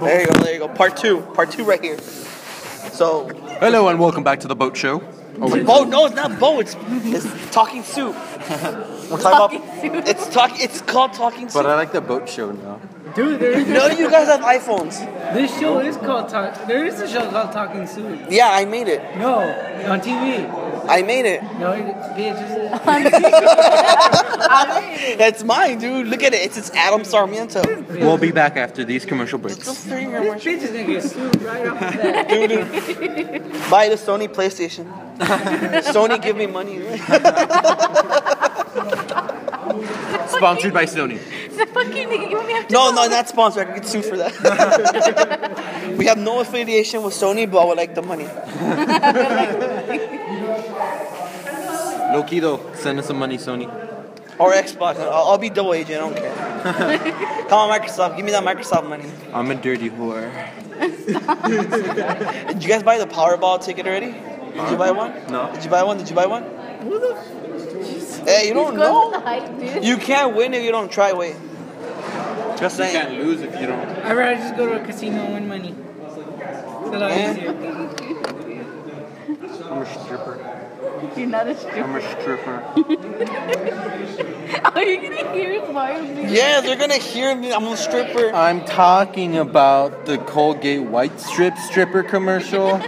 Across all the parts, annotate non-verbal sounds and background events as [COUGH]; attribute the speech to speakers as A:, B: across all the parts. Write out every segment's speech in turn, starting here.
A: There you go. There you go. Part two. Part two right here. So,
B: Hello and welcome back to the boat show.
A: Bo, no, it's not Bo. It's, it's talking [LAUGHS] soup. We're talking about. [LAUGHS] It's talk. It's called talking soup.
B: But uh, I like the boat show now.
C: Dude, there is
A: no, you guys have iPhones.
C: this show is called Talk. There is a show called Talking Soon.
A: Yeah, I made it.
C: No, on TV.
A: I made it.
C: No, it- bitch. it's-
A: That's mine, dude. Look at it. It's, it's Adam Sarmiento.
B: We'll be back after these commercial breaks.
A: It's a three
C: This bitch is gonna get sued right off the bat.
A: Buy the Sony PlayStation. Sony, give me money.
B: Sponsored by Sony.
D: The fucking nigga giving me a
A: No, no, not sponsored. I could get sued for that. [LAUGHS] we have no affiliation with Sony, but I would like the money.
B: Lokido, send us some money, Sony.
A: Or Xbox. I'll, I'll be double agent. I don't care. Come on, Microsoft. Give me that Microsoft money.
B: I'm a dirty whore.
A: Did you guys buy the Powerball ticket already? Did you buy one?
B: No.
A: Did you buy one? Did you buy one? Hey, you don't
D: He's going with
A: know.
D: the hype, dude.
A: You can't win if you don't try. Wait. Just
B: You
A: saying.
B: can't lose if you don't.
C: I'd rather just go to a casino and win money. It's a lot easier.
B: I'm a stripper.
D: You're not a stripper.
B: I'm a stripper.
D: Are you gonna hear it wildly?
A: Yeah, they're gonna hear me. I'm a stripper.
B: I'm talking about the Colgate White Strip stripper [LAUGHS] commercial.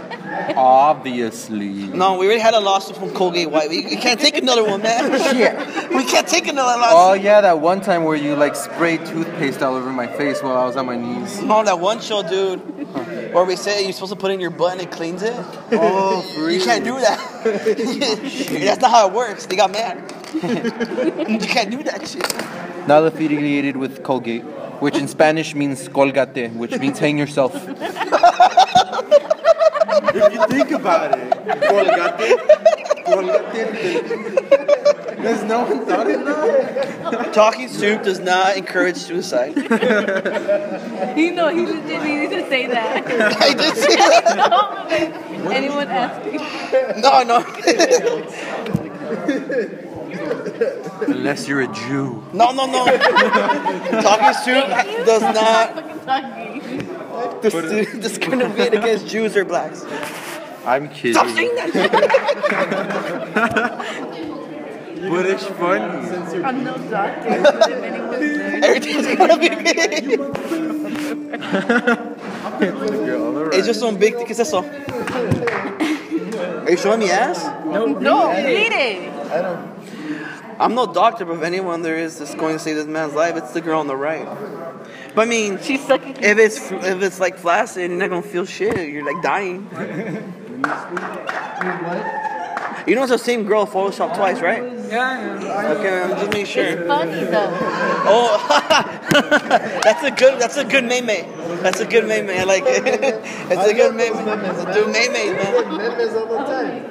B: Obviously.
A: No, we already had a lawsuit from Colgate White. We, we can't take another one, man. [LAUGHS]
B: Yeah.
A: We can't take another lawsuit.
B: Oh yeah, that one time where you like sprayed toothpaste all over my face while I was on my knees.
A: No, that one show, dude, where we say you're supposed to put in your butt and it cleans it.
B: Oh, really?
A: You can't do that. [LAUGHS] That's not how it works. They got mad. you can't do that shit.
B: Not affiliated with Colgate, which in Spanish means colgate, which means hang yourself.
E: If you think about it, Colgate, Colgate. There's no one thought it now.
A: Talking soup does not encourage suicide.
D: You know, he legit needed to
A: [LAUGHS]
D: say that.
A: [LAUGHS] I did see that.
D: Anyone asking?
A: No, no,
B: Unless you're a Jew.
A: no, no, no. Talking soup does not
D: Fucking talking.
A: dis- discriminate against Jews or blacks.
B: I'm kidding.
A: Stop saying that.
E: But it's funny.
D: I'm no doctor, but if anyone's there.
A: Everything's gonna be good. It's just some big. ¿Qué es eso? Are you showing me ass?
D: No, read it.
A: I'm no doctor, but if anyone there is that's going to save this man's life, it's the girl on the right. But I mean,
D: She's sucking.
A: if it's fl- if it's like flaccid, you're not gonna feel shit. You're like dying. You know it's the same girl photoshopped twice, right?
C: Yeah, yeah.
A: Okay, I'm just making
D: It's
A: sure.
D: funny though.
A: Oh, [LAUGHS] that's a good that's a good meme. That's a good meme. I like it. [LAUGHS] It's a good meme. Dude, meme man.
E: Memes all the time.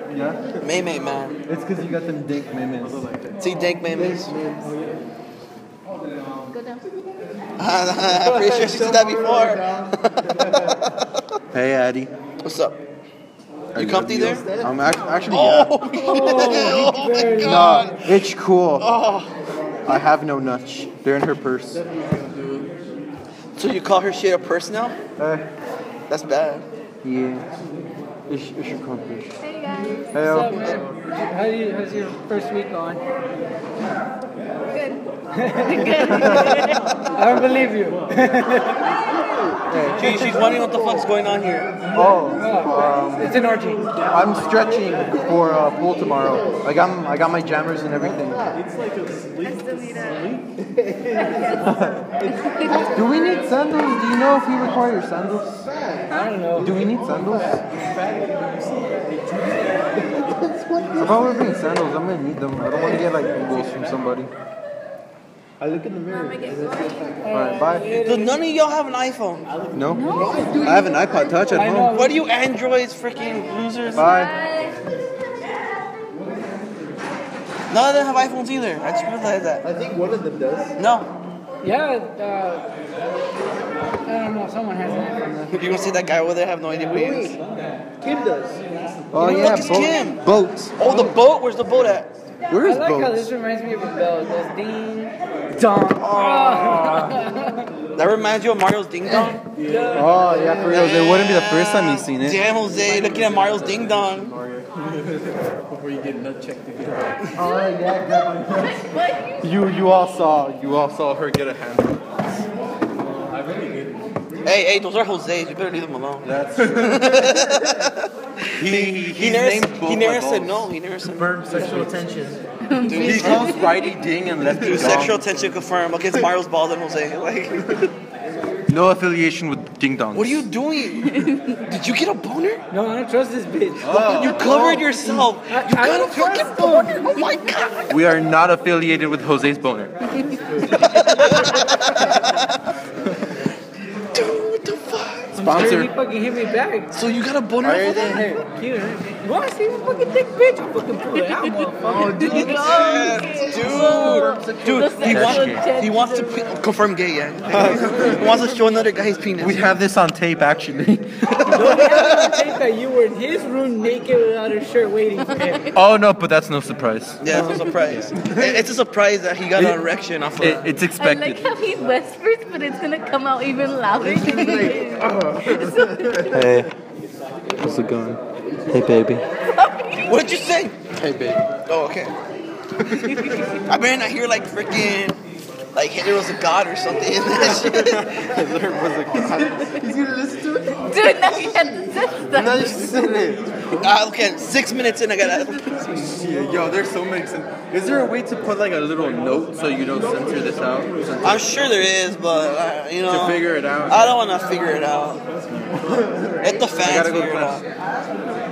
A: Meme man.
E: It's because you got them dank memes.
A: See dank memes.
D: Go down.
A: [LAUGHS] I'm pretty sure she said that before.
B: Hey, Addy.
A: What's up?
B: I
A: You
B: love
A: comfy there?
B: I'm ac- actually.
A: Oh,
B: Yeah.
E: [LAUGHS]
A: oh my god.
B: No, it's cool.
E: Oh.
B: I have no nuts. They're in her purse.
A: So you call her shit a purse now?
E: Uh,
A: That's bad.
B: Yeah. It's, it's your comfy.
D: Hey guys.
C: What's up, man? How do you, how's your first week going? I don't believe you.
A: She, she's wondering what the fuck's going on here.
E: Oh, um,
C: It's an orgy.
E: I'm stretching for uh, pool tomorrow. I got I got my jammers and everything. Do we need sandals? Do you know if we require sandals?
C: I don't know.
E: Do we need sandals? if I were bring sandals, I'm gonna need them. I don't want to get like Eagles from somebody. I look in the mirror. Alright, bye.
A: Dude, none of y'all have an iPhone.
E: No? I have an iPod Touch at
C: I know.
A: What are you androids, freaking losers? None
E: Bye.
A: of them have iPhones either. I just realized that.
E: I think one of them does.
A: No. [LAUGHS]
C: Yeah, uh, I don't know. Someone has an iPhone.
A: You're gonna see that guy over there, I have no idea who he is.
E: Kim does.
B: Oh,
A: Who the
B: yeah.
A: fuck is Kim?
B: Boats.
A: Oh, the boat? Where's the boat at?
B: Where
C: though. I
B: is
C: like how
B: boats?
C: this reminds me of a bell. It goes ding, dong. Oh.
A: That reminds you of Mario's Ding Dong.
F: Oh yeah, for real. It wouldn't be the first time you've seen it.
A: Damn, Jose, looking at Mario's Ding Dong.
G: Before you get nut checked again.
F: Oh yeah,
D: What?
F: You you all saw you all saw her get a hand.
G: I really did.
A: Hey, hey, those are Jose's. You better leave them alone.
B: That's he, he,
A: He
B: he's
A: never,
B: named both
A: he never
B: my
A: said
B: dogs.
A: no. He never said no.
H: Firm sexual attention.
B: He calls righty ding and lefty
A: Dude,
B: dong.
A: sexual tension confirmed against Mario's balls and Jose. Like,
B: No affiliation with ding dong.
A: what are you [LAUGHS] doing? Did you get a boner?
C: No, I don't trust this bitch.
A: You covered yourself. You
C: I- I
A: got a
C: don't trust
A: fucking boner. Oh my god.
B: We are not affiliated with Jose's boner.
A: Dude, what the fuck?
C: Sure,
B: Sponsor.
C: He fucking hit me back.
A: So you got a boner?
F: Higher
A: over
F: than
A: that?
F: hair.
C: Cute. huh? Why see this fucking thick bitch? I fucking pull it out, motherfucker.
A: Dude, dude, he wants, he wants to pe- confirm gay, yeah. [LAUGHS] he wants to show another guy his penis.
B: We have this on tape, actually.
C: Don't ever think that you were in his room naked without a shirt waiting for him.
B: oh no, but that's no surprise.
A: yeah, it's a surprise. It- it's a surprise that he got an erection off of.
B: It, it's
D: I like
B: expected.
D: how he whispers, but it's gonna come out even louder. than it is.
H: Hey, how's it going? Hey, baby.
A: what did you say?
F: Hey
B: [LAUGHS]
F: babe.
A: Oh, okay. I mean, I hear like freaking, like Hitler was a god or something. in that [LAUGHS] shit.
D: Dude, now you have to say
F: Now
D: that.
F: you seen it.
A: Ah, okay, six minutes in, I gotta.
B: Yo, there's so many. Is there a way to put like a little note so you don't censor this out?
A: I'm sure there is, but uh, you know.
B: To figure it out.
A: I don't want to figure it out. Let the fans
B: gotta go
A: figure it
B: class.
A: out.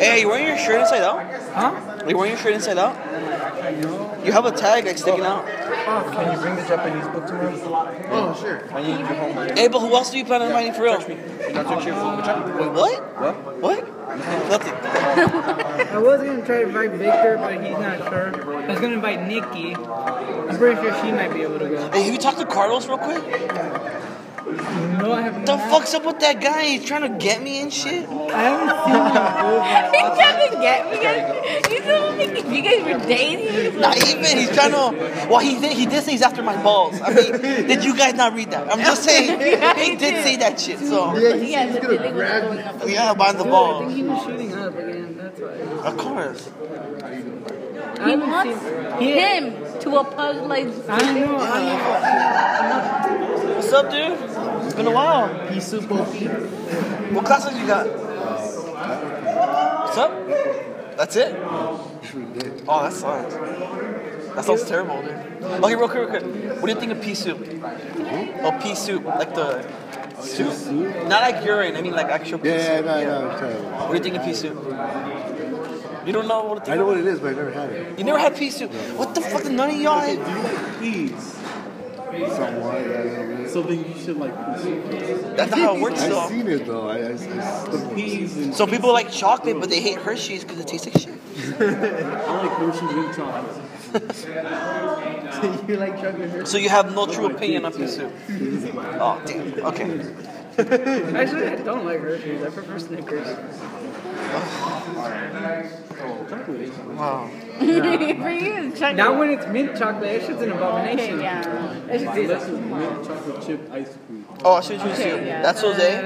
A: Hey, you wearing your shirt inside out?
C: Huh?
A: Are you wearing your shirt inside out? You have a tag like sticking out.
F: Can you bring the Japanese book to me? Oh sure. I need your homework.
A: Hey, but who else do you plan on inviting for real?
F: You're not so cheerful. Which one?
A: Wait, what?
F: What?
A: What? Nothing.
C: I was gonna try to invite Victor, but he's not sure. I was gonna invite Nikki. I'm pretty sure she might be able to go.
A: Hey, have you talked to Carlos real quick?
C: No, I haven't.
A: The fuck's up with that guy? He's trying to get me and shit.
C: I haven't
D: He's trying to get me. guys. He's so making you guys were dating.
A: Not even. He's trying to. Well, he did. He did say he's after my balls. I mean, did you guys not read that? I'm just saying.
D: Yeah,
A: He
D: he
A: did
D: did.
A: say that shit.
D: [LAUGHS]
A: So
D: Yeah, he has a feeling what's going on.
A: yeah, by the
C: seen him. I think
A: balls.
C: he was shooting up again. That's why.
A: Of course.
C: I
D: He
C: haven't
D: wants
C: seen- He-
D: him to [LAUGHS] apologize.
C: I know. I know.
A: What's up, dude? It's been a while.
H: He's super.
A: What classes you got? What's up? That's it. Oh, that sucks. That sounds terrible, dude. Okay, real quick, real quick. What do you think of pea soup?
I: Hmm?
A: Oh, pea soup, like the soup, not like urine. I mean, like actual pea soup.
I: Yeah, no, no, I'm terrible.
A: What do you think of pea soup? You don't know what to
I: I
A: think.
I: know what it is, but I've never had it.
A: You never had pea soup. What the fuck? None of y'all. had-
G: Please.
I: Somewhat, yeah, a little bit.
G: Something you should like.
A: That's not how it works,
I: I've
A: though.
I: seen it though. I, I, I still
G: Peas and
A: So people like chocolate, but they hate Hershey's because it tastes
G: [LAUGHS]
A: like shit.
G: I like Hershey's mint chocolate.
F: [LAUGHS] You like chocolate?
A: So you have no true opinion on
F: [LAUGHS]
A: pea soup. Oh damn. Okay.
C: Actually, I don't like Hershey's. I prefer Snickers.
D: For you, trying
C: Now,
D: to.
C: when it's mint chocolate, that shit's an abomination.
D: Okay, yeah.
C: That shit
G: That's
C: tastes
G: a mint chocolate chip ice cream.
A: Oh, I should choose
D: Okay,
A: you.
D: yeah.
A: That's Jose.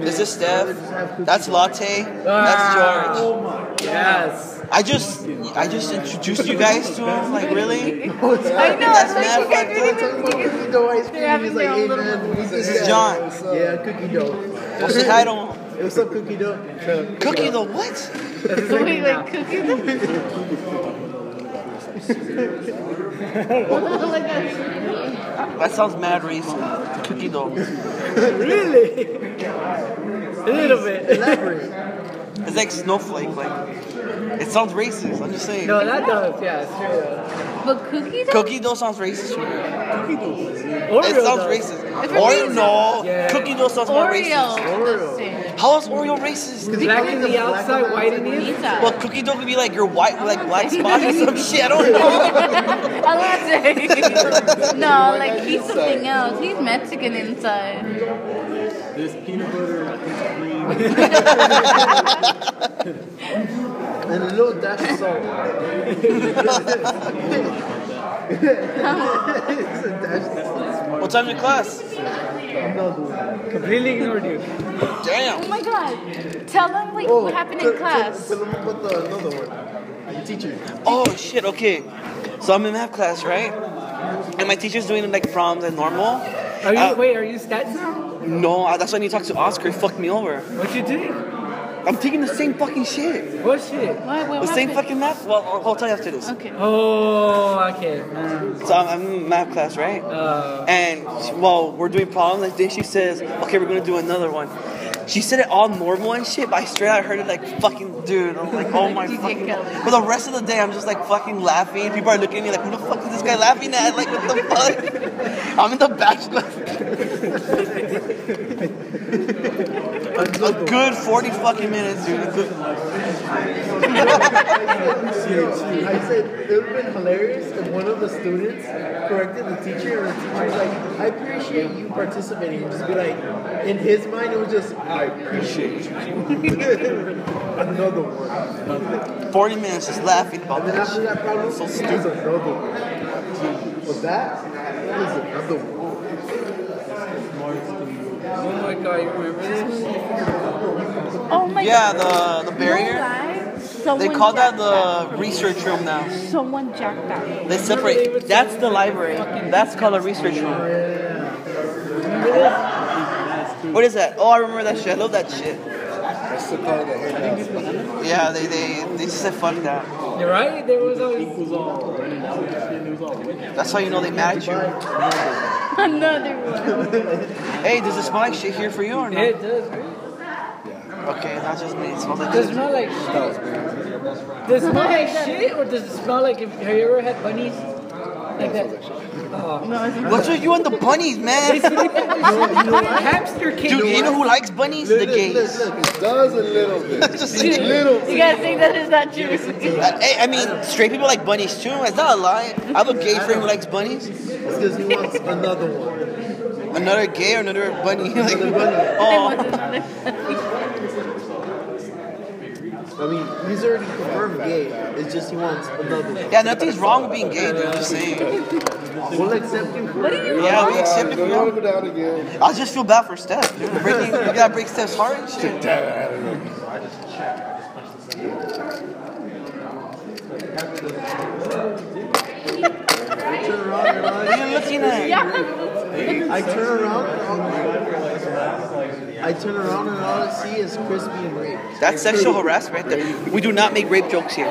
A: This is Steph. That's Latte. That's George.
C: Yes.
A: I just, I just introduced you guys to him. Like really?
D: I know.
A: That's
D: That's like
A: mad
D: you guys didn't even think it.
F: dough ice
D: They're having their own little.
A: This is John.
F: Yeah, cookie dough.
A: Well, say hi to him.
F: What's up, cookie dough?
A: Cookie the what?
D: So we like cooking them. like that.
A: That sounds mad racist. Cookie dough.
C: Really? A little bit.
A: It's like snowflake. Like it sounds racist. I'm just saying.
C: No, that does, yeah, it's
D: But cookies are
A: Cookie dough sounds racist. to me.
C: true. Oreo
A: It sounds
C: does.
A: racist.
D: It's
A: Oreo,
D: racist.
A: no.
C: Yeah.
A: Cookie dough sounds more racist.
D: Oreo.
A: How is Oreo racist?
C: Because black in the outside, white in the inside.
D: [LAUGHS]
A: Well, cookie dough could be like your white, like black spots or some shit. I don't know.
D: Alante. no, like he's something else. He's Mexican inside. [LAUGHS]
J: There's peanut butter, I think cream.
I: And a little dash of salt.
D: Oh
I: it's a dash of salt.
A: What time's your class?
C: Completely ignored you.
A: Damn.
D: Oh my god. Tell them like
I: Oh,
D: what happened in class.
I: Fill 'em up with the, another one.
A: Oh shit, okay. So I'm in math class, right? And my teacher's doing like problems and normal.
C: Are you,
A: Uh,
C: wait, are you stats now?
A: No, I- that's why I need to talk to Oscar. He fucked me over.
C: What you doing?
A: I'm taking the same fucking shit.
C: What shit?
D: What, what
A: The same
D: happened?
A: fucking math. Well, I'll- I'll tell you after this.
D: Okay.
C: Oh, okay. man.
A: So I'm, I'm in math class, right?
C: Uh,
A: And well, we're doing problems. And then she says, "Okay, we're gonna do another one." She said it all normal and shit, but I straight out heard it like fucking dude. I'm like, oh my
D: DJ
A: fucking.
D: Kelly.
A: For the rest of the day, I'm just like fucking laughing. People are looking at me like, who the fuck is this guy laughing at? Like, what the fuck? I'm in the back. [LAUGHS] a, a good forty fucking minutes, dude. A good-
I: I said it would have been hilarious if one of the students corrected the teacher and the teacher was like, I appreciate you participating. Just be like, in his mind, it was just, I appreciate you. [LAUGHS] another one.
A: Forty minutes just laughing about
I: And then
A: this.
I: after that problem,
A: So
I: so
A: stupid.
I: stupid. another one. But that is another one.
C: oh my god, you remember this?
D: Oh my
A: Yeah,
D: god.
A: the the barrier. They
D: Someone
A: call that
D: jacked
A: the research room now.
D: Someone jacked that. [LAUGHS]
A: They separate. That's the library. That's called a research room. What is that? Oh, I remember that shit. I love that shit.
K: That's the part that hangs out.
A: Yeah, they they they just said fuck that.
C: You're right, there was always.
J: It was all red and shit, it was all wet.
A: That's how you know they mad at you.
D: Another one.
A: Hey, does it smell like shit here for you or
C: Yeah,
A: no?
C: it does, right?
A: Okay, not just me. It smells like
C: Does it
A: shit.
C: smell like shit? Does it smell like shit, or does it smell like if, have you ever
A: [LAUGHS]
C: had bunnies? Like that.
A: What's with you and the bunnies,
C: They
A: man?
C: sleep with their shit. Hamster cage.
A: Dude, you know who likes bunnies? The gays.
K: Look, it does a little bit.
A: [LAUGHS] Just
D: You
A: saying.
D: guys think that is not true?
A: Uh, Hey, I mean, straight people like bunnies too. It's not a lie. I have a gay friend who likes bunnies.
I: Because he wants another one.
A: Another gay or another bunny. [LAUGHS] Like,
D: [LAUGHS] I
A: oh,
D: want another-
I: I mean, he's already confirmed gay. It's just he wants another one.
A: yeah, nothing's wrong with being gay, dude. I'm just saying.
I: We'll accept him for
D: What do you
A: Yeah, we accept
K: Don't
A: it. for real.
K: go down again.
A: I just feel bad for Steph. Dude. Breaking, you gotta break Steph's heart and shit. What are you looking at?
I: I turn around and all I turn around and all I see is crispy and rape.
A: That's sexual harassment right there. We do not make rape jokes here.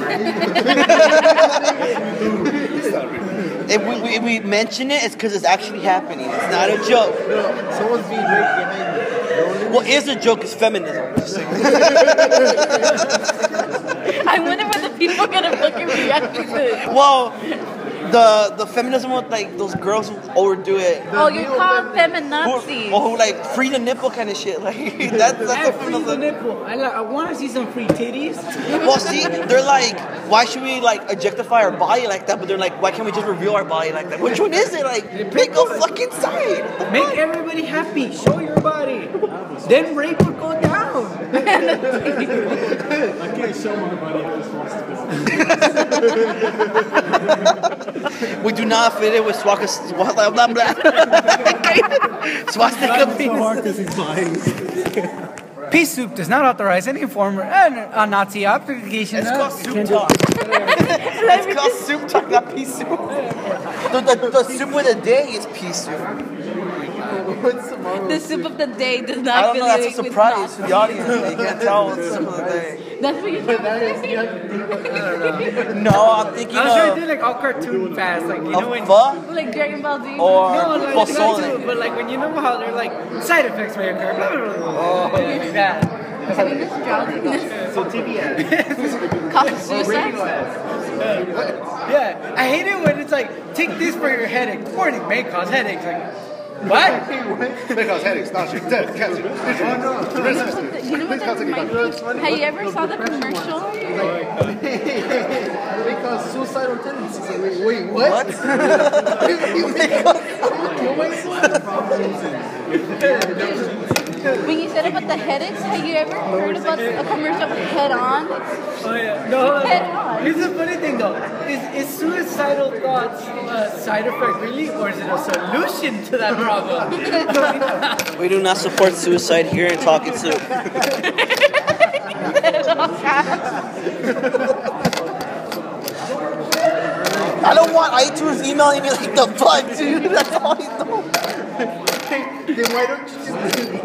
A: [LAUGHS] if, we, we, if we mention it, it's because it's actually happening. It's not a joke.
I: No, someone's being raped behind me. [LAUGHS] The only
A: What is a joke is feminism.
D: I wonder what the people are gonna fucking react to this.
A: Well, the the feminism with like those girls who overdo it.
D: Oh, you call them feminazis.
A: Who, or who like free the nipple kind of shit. Like [LAUGHS] that's that's a
C: I free the
A: feminism.
C: nipple. I, like, I want to see some free titties.
A: Well, see, they're like, why should we like objectify our body like that? But they're like, why can't we just reveal our body like that? Which one is it? Like, pick a fucking side.
C: Make everybody happy. Show your body. Then rape will go down.
J: I can't show my body how this wants to go.
A: We do not fit in with swaka, swa- blah blah blah. [LAUGHS] Swastika penis.
C: Pea soup does not authorize any form of uh, Nazi application.
A: It's called soup talk. [LAUGHS] it's called soup talk, not pea soup. The, the, the soup of the day is pea soup.
D: The soup of the day does
A: I
D: not
A: don't know. That's a
D: affiliate with
A: surprise to
D: Nazi.
A: the audience. You can't tell what's the soup of the day.
D: That's what you're trying to say.
A: No, I'm thinking
C: I was trying to
A: of
C: do like all cartoon fast, like you know when.
A: a pho
D: [LAUGHS] Like Dragon Ball
A: or
D: Z.
C: No, like, not
A: pozole.
C: too, but like when you know how they're like side effects may occur. Blah, blah, blah, blah. Oh, that.
D: Having this drowsiness.
I: So TBS.
D: Cause suicide.
C: Yeah, I hate it when it's like, take this for your headache, or it may cause headaches. Like, what?
L: They cause headaches, nausea, death, cancer,
I: Oh,
L: dizziness,
D: You know what that reminds me? Have you ever saw the commercial?
I: [LAUGHS] they cause suicidal tendencies. Like, wait, wait, what? [LAUGHS]
D: When you said about the headaches, have you ever heard about a commercial with
A: [LAUGHS]
D: head on?
C: Oh yeah, no. hold on.
D: Head on.
C: Here's the funny thing though: is, is suicidal thoughts a side effect really, or is it a solution to that problem?
A: We do not support suicide here in Talking Soup. I don't want iTunes emailing me like the fuck, dude. [LAUGHS] That's all I know.
I: then why don't you just [LAUGHS]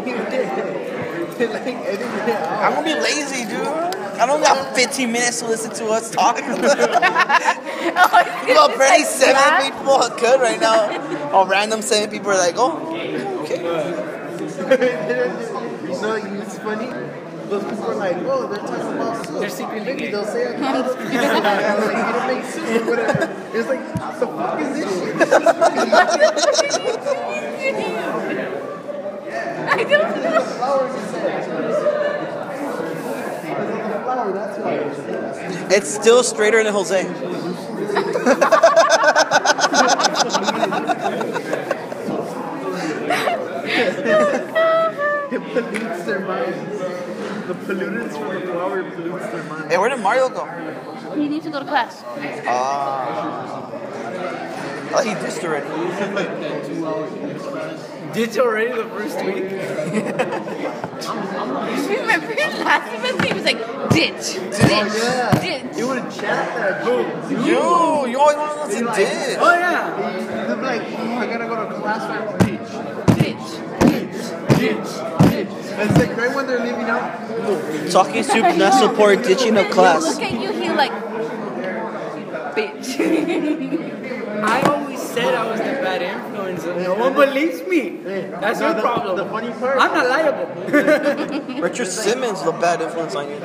I: leave it? like, edit it out.
A: I'm gonna be lazy, dude. I don't got 15 minutes to listen to us talk. [LAUGHS]
D: Oh,
A: About barely seven people are good right now. Or random seven people are like, oh,
I: [LAUGHS] no, you- it's funny. Those people are like, oh, they're talking about soup.
C: They're secretly
I: Maybe
C: gay. [LAUGHS]
I: they'll say I called soup. [LAUGHS] like, you make soup or whatever. It's like, the fuck is this shit? [LAUGHS]
D: [LAUGHS] I don't know.
A: it's still straighter than Jose.
I: It pollutes their minds. The pollutants from the flower pollutes their minds.
A: Hey, where did Mario go?
D: He needs to go to class. [LAUGHS]
A: I thought Oh, he dissed already.
C: Did you already the first week?
D: Remember last semester he was like, ditch, ditch, ditch.
I: Oh, You would chat that shit.
A: You, you always want to listen diss.
C: Oh yeah.
I: They'd be like, oh, I gotta go to class for teach. It's like right when they're leaving out.
A: Talking soup does not support ditching of class.
D: Look at you, he like, bitch.
C: I always said I was the bad influence, and no one believes me. That's
I: Now,
C: your
I: the,
C: problem.
I: The funny part.
C: I'm not liable.
A: Richard Simmons, the bad influence on you.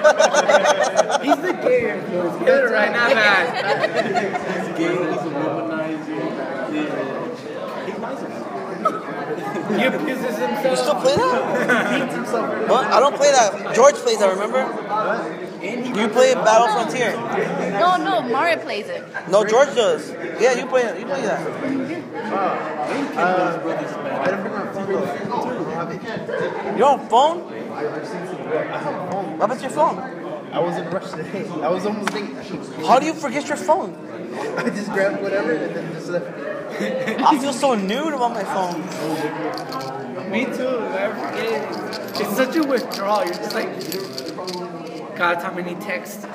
C: He's the gay influence. Get it right, not bad. He abuses
A: You
C: himself.
A: still play that? Huh? I don't play that. George plays that, remember? You play Battle Frontier.
D: no, no, Mario plays it. [LAUGHS]
A: No, George does. Yeah, you play it. You play that.
I: I don't bring my phone though.
A: You don't have a phone? What about your phone?
I: I was in a rush today. I was almost thinking.
A: How do you forget your phone?
I: I just grabbed whatever and then just left. it.
A: I feel so nude about my phone.
C: Me too. I forget. It's such a withdrawal. You're just like, God, how many texts?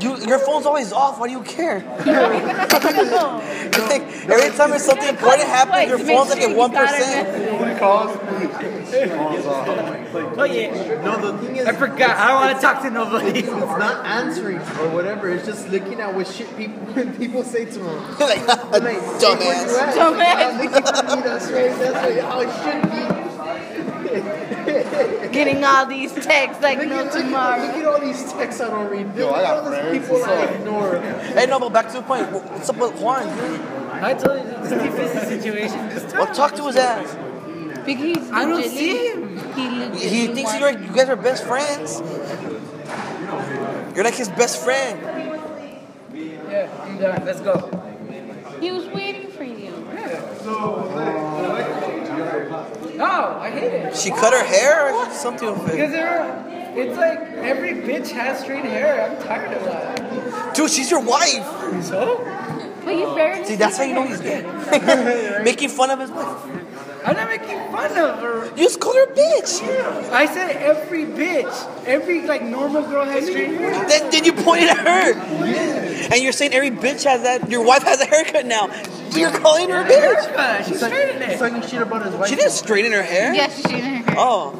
A: You, your phone's always off. Why do you care?
D: no.
A: Like, every time there's something important happens, your
D: Wait, to make
A: phone's like at
D: sure you got
A: one
D: it.
A: percent. [LAUGHS]
C: Oh yeah.
I: No, the thing is,
C: I forgot. I don't want to talk to nobody.
I: it's not answering or whatever. It's just looking at what shit people [LAUGHS] people say to them.
A: like, [LAUGHS]
I: I'm like, "Hey, where you
A: dumbass.
I: at?" "Oh,
D: Dumbass.
I: I'm looking for you, That's right. That's right. How it should be.
D: Getting all these texts like,
I: Look
D: no,
I: at, look, at,
D: tomorrow.
I: look at all these texts I don't read.
L: Yo, I
I: Look at
L: got
I: all these
L: friends
I: people
L: and
I: I
L: stuff.
I: ignore.
A: Hey, no, but back to the point. Wh- What's up with Juan? dude?
C: [LAUGHS] I told you this is the situation. This time.
A: Well, talk to his ass.
D: Because he's
C: I don't
D: legitly-
C: see him.
D: E, He, legitly
A: He thinks
D: wants-
A: you're, you guys are best friends. You're like his best friend.
C: Yeah, I'm done. Let's go.
D: He was waiting for you.
C: No, I hate it.
A: She cut her hair or something.
C: Because they're- it's like every bitch has straight hair. I'm tired of that.
A: Dude, she's your wife.
C: So?
D: But you barely.
A: See, that's how you know he's gay. [LAUGHS] Making fun of his wife.
C: I'm not making fun of her.
A: You just called her a bitch.
C: I said every bitch. Every like normal girl has straight hair.
A: Then, then you pointed at her. And you're saying every bitch has that. Your wife has a haircut now. You're calling her a bitch.
C: Erica, She's straight in it.
I: Talking shit about his wife.
A: She didn't straighten her hair.
D: [LAUGHS] Yeah, she's in her hair.
A: Oh.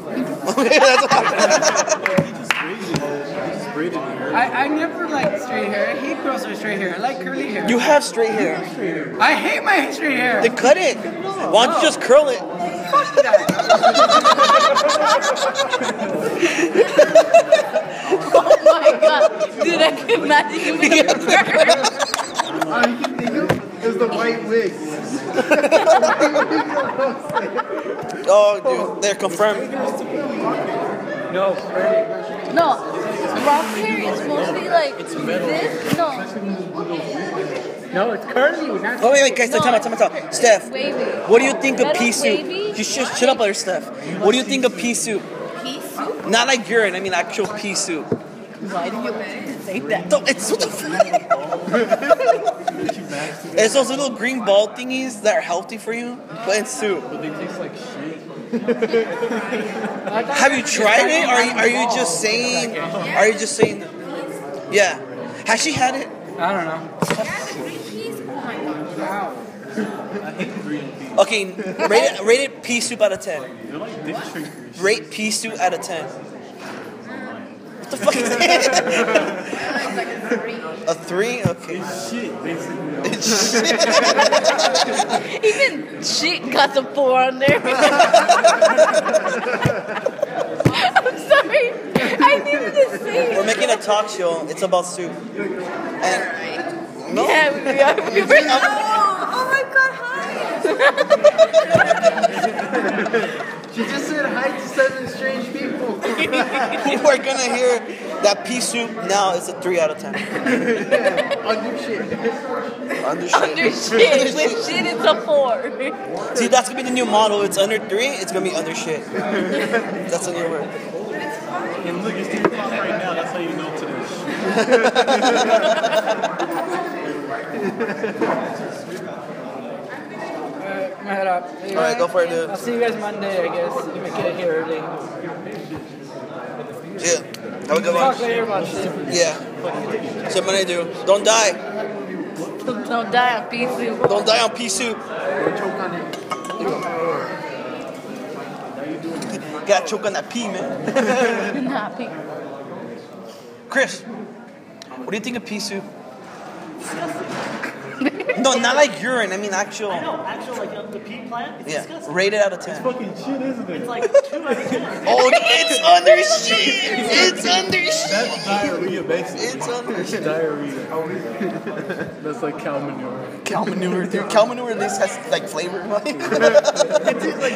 A: [LAUGHS] That's what I'm-
M: Braided hair.
C: I, I never liked straight hair. I hate girls with straight hair. I like curly hair.
A: [LAUGHS] You have straight hair.
C: I hate my straight hair.
A: Then cut it. Why don't you just curl it?
C: Fuck
D: Oh my god, dude, I could not [LAUGHS] even with a bird.
I: All you can think of is the white wig.
A: Oh, dude, they're confirmed.
D: No, rock hair is mostly like this. No,
C: No, it's curly. Not
A: Oh wait, wait, guys, time out, time out, time out. Steph,
D: wavy.
A: what do you think of pea
D: Metal
A: soup?
D: wavy?
A: You should shut up, other Steph. What do you think of pea soup?
D: Pea soup?
A: Not like urine, I mean actual pea soup.
D: Why do you say that?
A: No, it's what the fuck? It's those little green ball thingies that are healthy for you, but it's soup.
C: [LAUGHS]
A: Have you tried it? Are you, are you just saying? Are you just saying? Yeah. Has she had it?
C: I don't know.
D: Yeah, the green peas? Oh my god.
A: Okay, rate it, rate it pea soup out of 10. Rate pea soup out of 10. What the fuck is that?
D: It's like a green.
A: A 3? Okay.
D: Even shit got the four on [LAUGHS] there. I'm sorry. I needed to say
A: We're
D: it.
A: making a talk show. It's about soup. And no.
D: Yeah, we are. We were, oh, oh my god, hi.
I: She just said hi to seven strange people.
A: People are gonna hear that pea soup now is a 3 out of 10.
I: On your shit.
A: Under shit.
D: [LAUGHS] Under shit. With shit, it's a four.
A: See, that's gonna be the new model. It's under 3, it's gonna be under shit. That's a new word.
M: And look, it's three o'clock right now. That's how you know today.
C: Uh, my head up. Anyway,
A: Alright, go for it, dude.
C: I'll see you guys Monday, I guess. If I get here early.
A: Yeah. Have a good
C: Talk
A: one.
C: later about shit.
A: Yeah. So I'm gonna do. Don't die.
D: Don't die on pea soup.
A: Don't die on pea soup.
I: Choke on it.
A: Gotta choke on that pea, man.
D: Nah, pea.
A: Chris, what do you think of pea soup? no, not like urine. I mean actual.
N: No, actually, like uh, the pea plant, it's
A: Yeah.
N: disgusting.
A: Rated out of ten.
M: Fucking shit, isn't it?
N: It's like two out of ten.
A: [LAUGHS] Oh, it's under shit. It's under shit.
M: That's diarrhea, basically.
A: It's under shit.
M: Diarrhea. [LAUGHS] That's like cow manure.
A: Cow manure, dude. Cow manure at least has like flavor. [LAUGHS]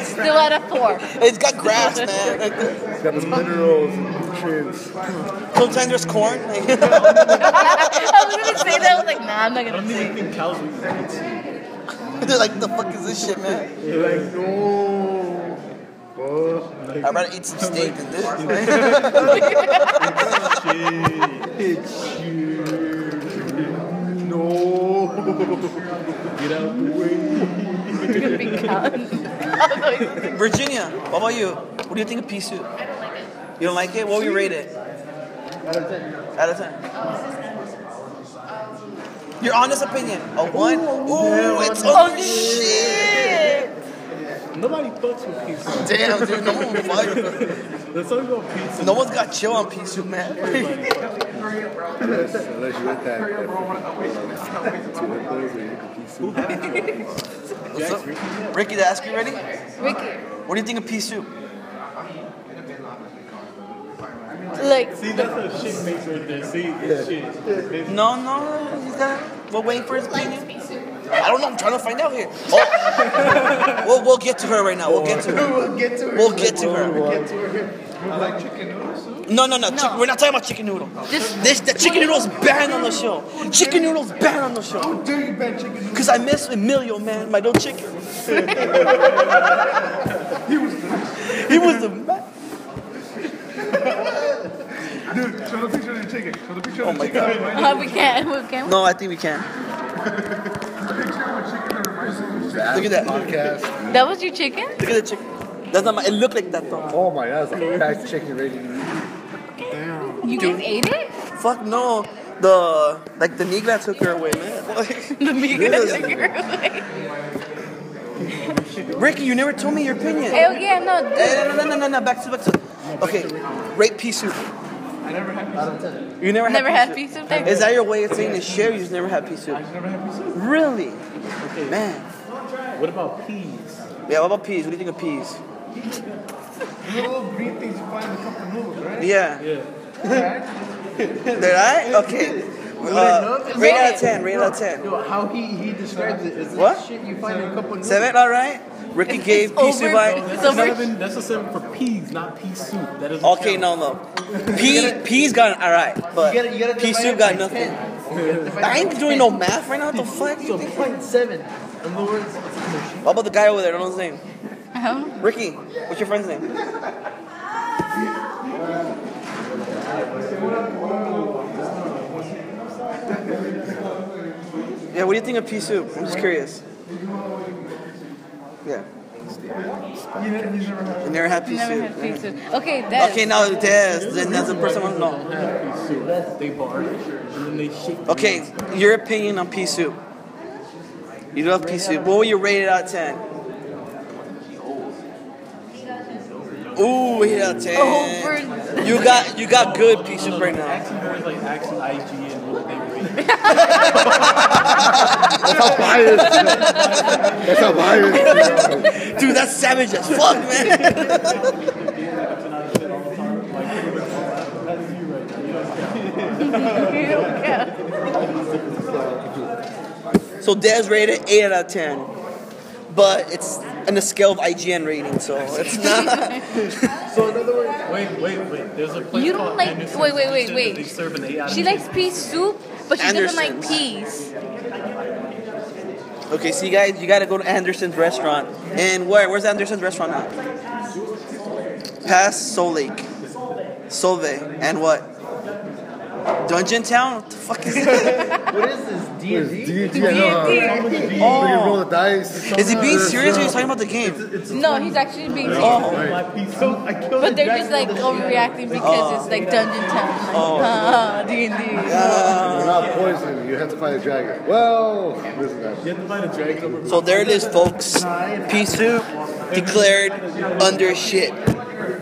D: Still out of four. [LAUGHS]
A: it's got grass, man. Like,
L: It's got the minerals and nutrients.
A: sometimes there's corn. Like,
D: I was gonna say that. I was like, nah, I'm not
M: I
D: gonna
M: don't
D: say
M: even
D: it.
M: think cows would eat
A: [LAUGHS] they're like, the fuck is this shit, man?
L: You're like, no. Oh,
A: I'd rather eat some steak than this.
M: shit.
L: it's you. No.
M: Get out of the way.
D: It's gonna
A: [LAUGHS]
D: be [LAUGHS] cow.
A: Virginia, what about you? What do you think of pea soup? I don't like it. You don't like it? What would you rate it? Out of 10. Out of 10. Your honest opinion. A 1? Ooh, it's oh shit!
M: Nobody fucks with pea soup.
A: Damn, dude, no one fuck.
M: Let's talk about pizza.
A: No one's got chill on pea soup, man.
L: Unless, unless you hit that. that freaking, uh, two nipples and you can pea soup.
A: What's up? Ricky, the ask you ready?
D: Ricky,
A: What do you think of pea soup?
D: like,
M: See, that's a shit face right there. See, it's shit. It's
A: No, no, he's got. We're waiting for his opinion. I don't know. I'm trying to find out here. Oh.
I: [LAUGHS]
A: we'll, we'll get to her right now. We'll get to her.
I: We'll get to her.
A: We'll get to her.
I: We'll get to her.
A: No, no, no. Chick- we're not talking about chicken noodle. This, the chicken noodle's banned on the show. Chicken noodle's banned on the show.
I: Do you bet chicken noodle?
A: Cause I miss Emilio, man, my little
I: [LAUGHS]
A: chicken. he was, he was the man.
L: Dude, show the picture of the chicken. Show the picture of the chicken. Oh my
D: uh, we can't. We can't.
A: No, I think we
I: [LAUGHS]
A: can. Look at that. Look
L: Podcast.
D: That was your chicken?
A: at the chicken. That's not my. It looked like that though.
L: Oh my, that's a packed chicken ready to eat.
D: You guys ate it? [LAUGHS]
A: Fuck no. The like the Negla took her away, man. [LAUGHS]
D: The meat
A: Yes.
D: guys took her [LAUGHS] away.
A: Ricky, you never told me your opinion. Eh,
D: Hell yeah, oh, no, dude.
A: Hey, no, no, no, no, no, back to back to. Okay, rate pea soup.
C: I
A: I never had
I: Out of 10.
A: You never,
D: Never
A: had
D: had
A: pea soup?
D: pea soup there?
A: Is that your way of saying to share? You just never had pea soup. I've never had pea soup. Really? Okay. Man. What about peas? Yeah. What about peas? What do you think of peas?
M: The little green things you find in the cup of noodles, right?
A: Yeah. [LAUGHS]
M: Yeah.
A: They're not? Okay. Uh, rate out of 10, rate out of 10.
I: No, how he, he describes it is
A: What?
I: this shit you find in a couple of
A: Seven, all right. Ricky gave pea soup. I-
M: That's a seven. That's a seven for peas, not pea soup. That is
A: Okay, no, no. Pea, peas got all right, but
I: You gotta- you gotta
A: pea
I: divide
A: soup
I: it
A: got
I: by
A: nothing.
I: 10.
A: I ain't doing no math right now. What the fuck?
I: So point seven. In the words,
A: What about the guy over there? I don't know his name.
D: Uh-huh.
A: Ricky, what's your friend's name? Yeah, what do you think of pea soup? I'm just curious. Yeah. You never had pea soup.
D: Never had pea soup. Okay, Des. [LAUGHS]
A: Okay, now Dez. Then that's the person I want to know.
M: Pea soup. They bar it, and then they shake. it.
A: Okay, your opinion on pea soup. You love pea soup. What would you rate it out of 10? Ooh, 8 out of 10. You got you got good pea soup right now.
M: Action Heroes, like Action IG and what they rate.
L: That's how biased.
A: Dude, that's savage as fuck, man. so Dez rated 8 out of 10. But it's on the scale of IGN rating, so it's not. [LAUGHS]
M: So in other words, wait, wait, wait. There's a place
D: You don't
M: called
D: like-
M: Anderson
D: wait, wait, wait,
M: Kitchen,
D: wait.
M: They serve an eight out of
D: She
M: 10.
D: likes pea soup, but she doesn't like
A: Anderson's. [LAUGHS]
D: peas.
A: Okay, so you guys, you gotta go to Anderson's restaurant. And where? Where's Anderson's restaurant at? Past Soul Lake. Solve. And what? Dungeon Town? What the fuck is that?
I: what is this? D and D?
L: D&D, I know.
A: Oh.
L: We can roll the dice.
A: Is he being serious when he's talking about the game?
D: No, he's actually being
A: Oh.
D: serious.
M: My pea soup. I killed
D: But they're just like overreacting because it's like Dungeon Town. Oh. [LAUGHS] D and D.
L: You're not poisoned. You have to fight a dragon. Well, this is
M: You have to find a dragon over.
A: So there it is, folks. Pea soup declared under shit,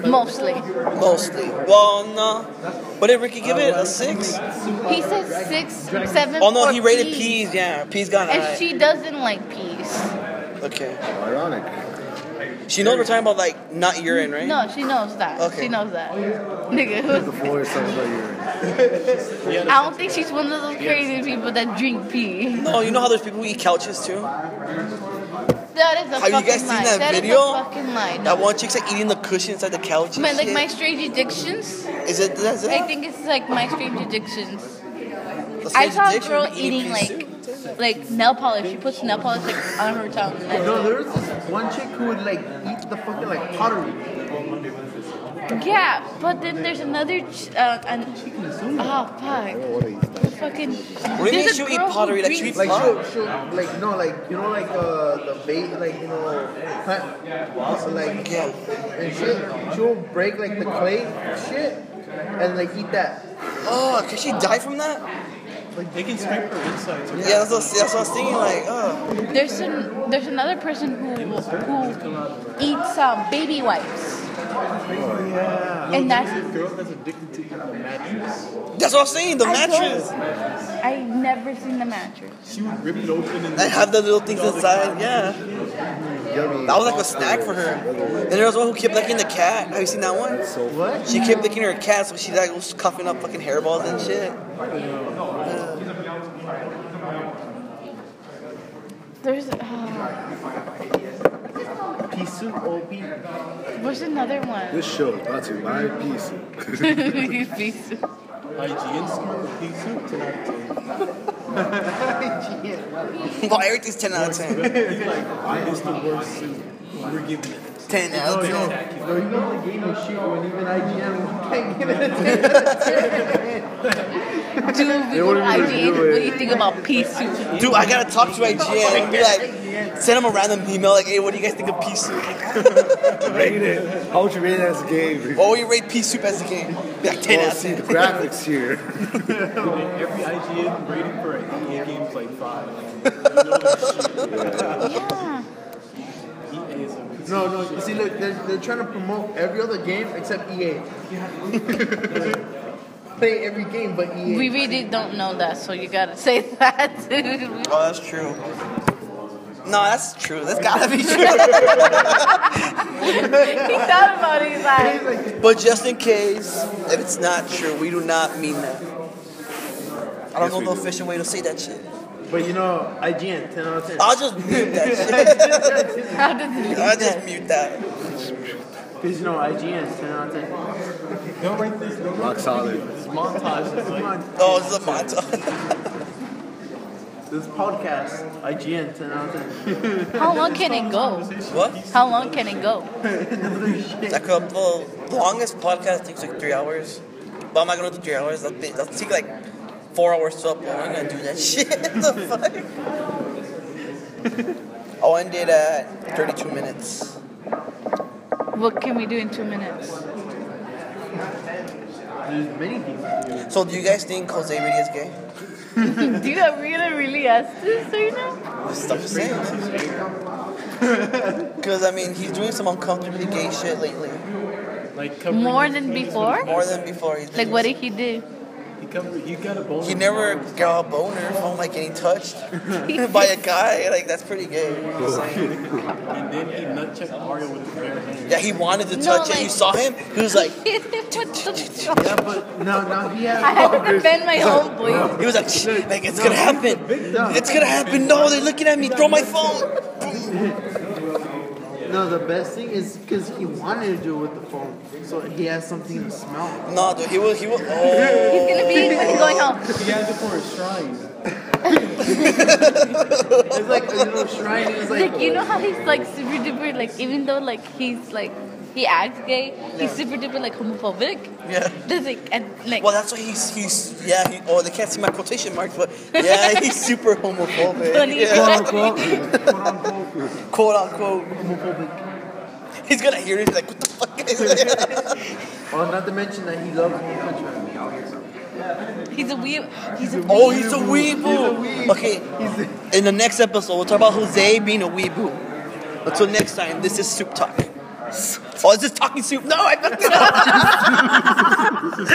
D: Mostly.
A: mostly. Well, no. What did Ricky give it? A six?
D: He said six, seven.
A: Oh no,
D: for
A: he rated
D: peas.
A: peas. Yeah, peas got an
D: And
A: eye.
D: she doesn't like peas.
A: Okay.
L: ironic.
A: She knows we're talking about like not urine, right?
D: No, she knows that.
A: Okay.
D: She knows that. [LAUGHS] Nigga,
L: The
D: who-
L: floor is something about your
D: I don't think she's one of those crazy people that drink pee. [LAUGHS]
A: No, you know how there's people who eat couches too?
D: That is a
A: Have you
D: fucking
A: guys seen
D: lie.
A: that
D: That is
A: video?
D: a fucking lie.
A: That one chick's like eating the cushion inside the couch. and
D: My, like
A: shit.
D: my strange addictions.
A: Is it? That's it?
D: I think it's like my strange addictions.
A: That's
D: I
A: strange
D: saw a
A: addiction,
D: girl
A: eating
D: eating
A: pea
D: like
A: soup.
D: like nail polish. She puts nail polish like on her tongue. And
I: No,
D: that's
I: there was this one chick who would like eat the fucking like pottery.
D: it. yeah, but then there's another. Ch- uh, an, oh fuck! Fucking.
A: What do you mean
D: there's a
A: she'll eat
D: girl who
A: pottery? Like she
D: drinks-
A: eats
I: Like
A: pot?
I: she'll, she'll like no like you know like uh the bait like you know plant like
A: Yeah.
I: and shit she'll break like the clay shit and like eat that.
A: Oh, could she die from that?
M: They can scrape her insides.
A: Yeah, that's what, that's what I was thinking. Like, oh,
D: There's an, there's another person who who eats um, baby wipes. And that's
M: Girl that's addicted to eating the mattress.
A: that's what I was saying. The
D: I
A: mattress
D: I never seen the mattress.
M: She would rip it open and.
A: and have the little things inside. Yeah,
L: yummy.
A: that was like a snack for her. And there was one who kept licking the cat. Have you seen that one?
I: What?
A: She kept licking her cat, so she like was cuffing up fucking hairballs and shit.
D: There's uh,
I: Pea soup OP.
D: there's another one.
L: This show is brought to you by pea
D: [LAUGHS]
L: soup.
D: Piece of-
M: IGN scoop of pea soup tonight.
A: well, everything's ten out of ten.
M: It's the worst soup. We're giving it.
A: Ten out of ten.
I: No, you know the game of shoot when even IGN can't give it a 10.
D: Dude, we go to IGN. What do you think about pea soup?
A: Dude, I gotta talk to IGN and be like, send them a random email like, hey, what do you guys think of pea soup?
L: Rate it. How would you rate it as a game?
A: What would you rate pea soup as a game? Be like ten
L: Well,
A: out of
L: see the
A: ten.
L: graphics here.
M: Every IGN rating for an EA game's like five. Like, you know that
D: Yeah.
M: shit. EA is a
I: No, no. You see, look, they're, they're trying to promote every other game except EA. E [LAUGHS] play every game but E EA.
D: We really don't know that, so you gotta say [LAUGHS] that.
A: Oh, that's true. No, that's true. That's gotta be
I: [LAUGHS]
A: true.
D: he thought about it. He's like,
A: but just in case, if it's not true, we do not mean that. I don't
I: Yes,
A: know
I: we
A: the
I: do.
A: official way to say that shit.
I: But you know, IGN, 10 out of 10.
A: I'll just mute that
I: [LAUGHS]
A: shit. I'll just mute that.
I: Because you know, IGN, is 10 out of 10. Don't write this.
L: Rock solid.
I: montage. It's like,
A: oh, it's a montage. [LAUGHS]
I: this podcast, IGN, 10 out of 10.
D: How long can it go?
A: What?
D: How long can it go?
A: That could, well, the longest podcast takes like three hours. But I'm not gonna do three hours. That'll, be, that'll take like four hours to upload. I'm not gonna do that [LAUGHS] shit. the fuck? Oh, I'll end it at 32 uh, minutes.
D: What can we do in two minutes?
I: There's many people.
A: So, do you guys think Jose really is gay?
D: do you really, really ask this right now?
A: Stop saying [LAUGHS] Because, I mean, he's doing some uncomfortably gay shit lately. Like
D: More than before?
A: More than before. He's
D: Like, what did he do?
A: He, covered, he got a boner. He never got a boner from like getting touched [LAUGHS] by a guy. Like that's pretty gay. you know what I'm saying?
M: And then he nut checked Mario with his bare hand.
A: Yeah, he wanted to
M: No,
A: touch it.
M: like-
A: You saw him. He was like,
I: No, no, he has.
D: I had to defend my homeboy.
A: he was like, "Shh, like it's gonna happen. It's gonna happen. No, they're looking at me. Throw my phone.
I: No, the best thing is because he wanted to do it with the phone, so he has something to smell.
A: No, dude, he was, oh. he was.
D: He's gonna be when he's going home.
M: He had it for a shrine.
I: It's like a little shrine. It's like,
D: Like, you know how he's like super duper, like, even though like he's like, he acts gay, he's super duper like homophobic.
A: Yeah.
D: There's like, and like,
A: Well, that's why he's he's yeah. He, oh, they can't see my quotation marks, but yeah, [LAUGHS] he's super homophobic.
D: Funny.
A: Yeah.
D: Quote,
A: quote unquote homophobic. He's gonna hear it. He's like, what the fuck is that?
I: oh, not to mention that he loves Pikachu.
D: he's a weeb. He's a
A: [LAUGHS] Oh, he's a weeboo. Okay, in the next episode, we'll talk about Jose being a weeboo. Until next time, this [LAUGHS] is Soup Talk. Oh, is this Talking Soup? No, I fucked it up.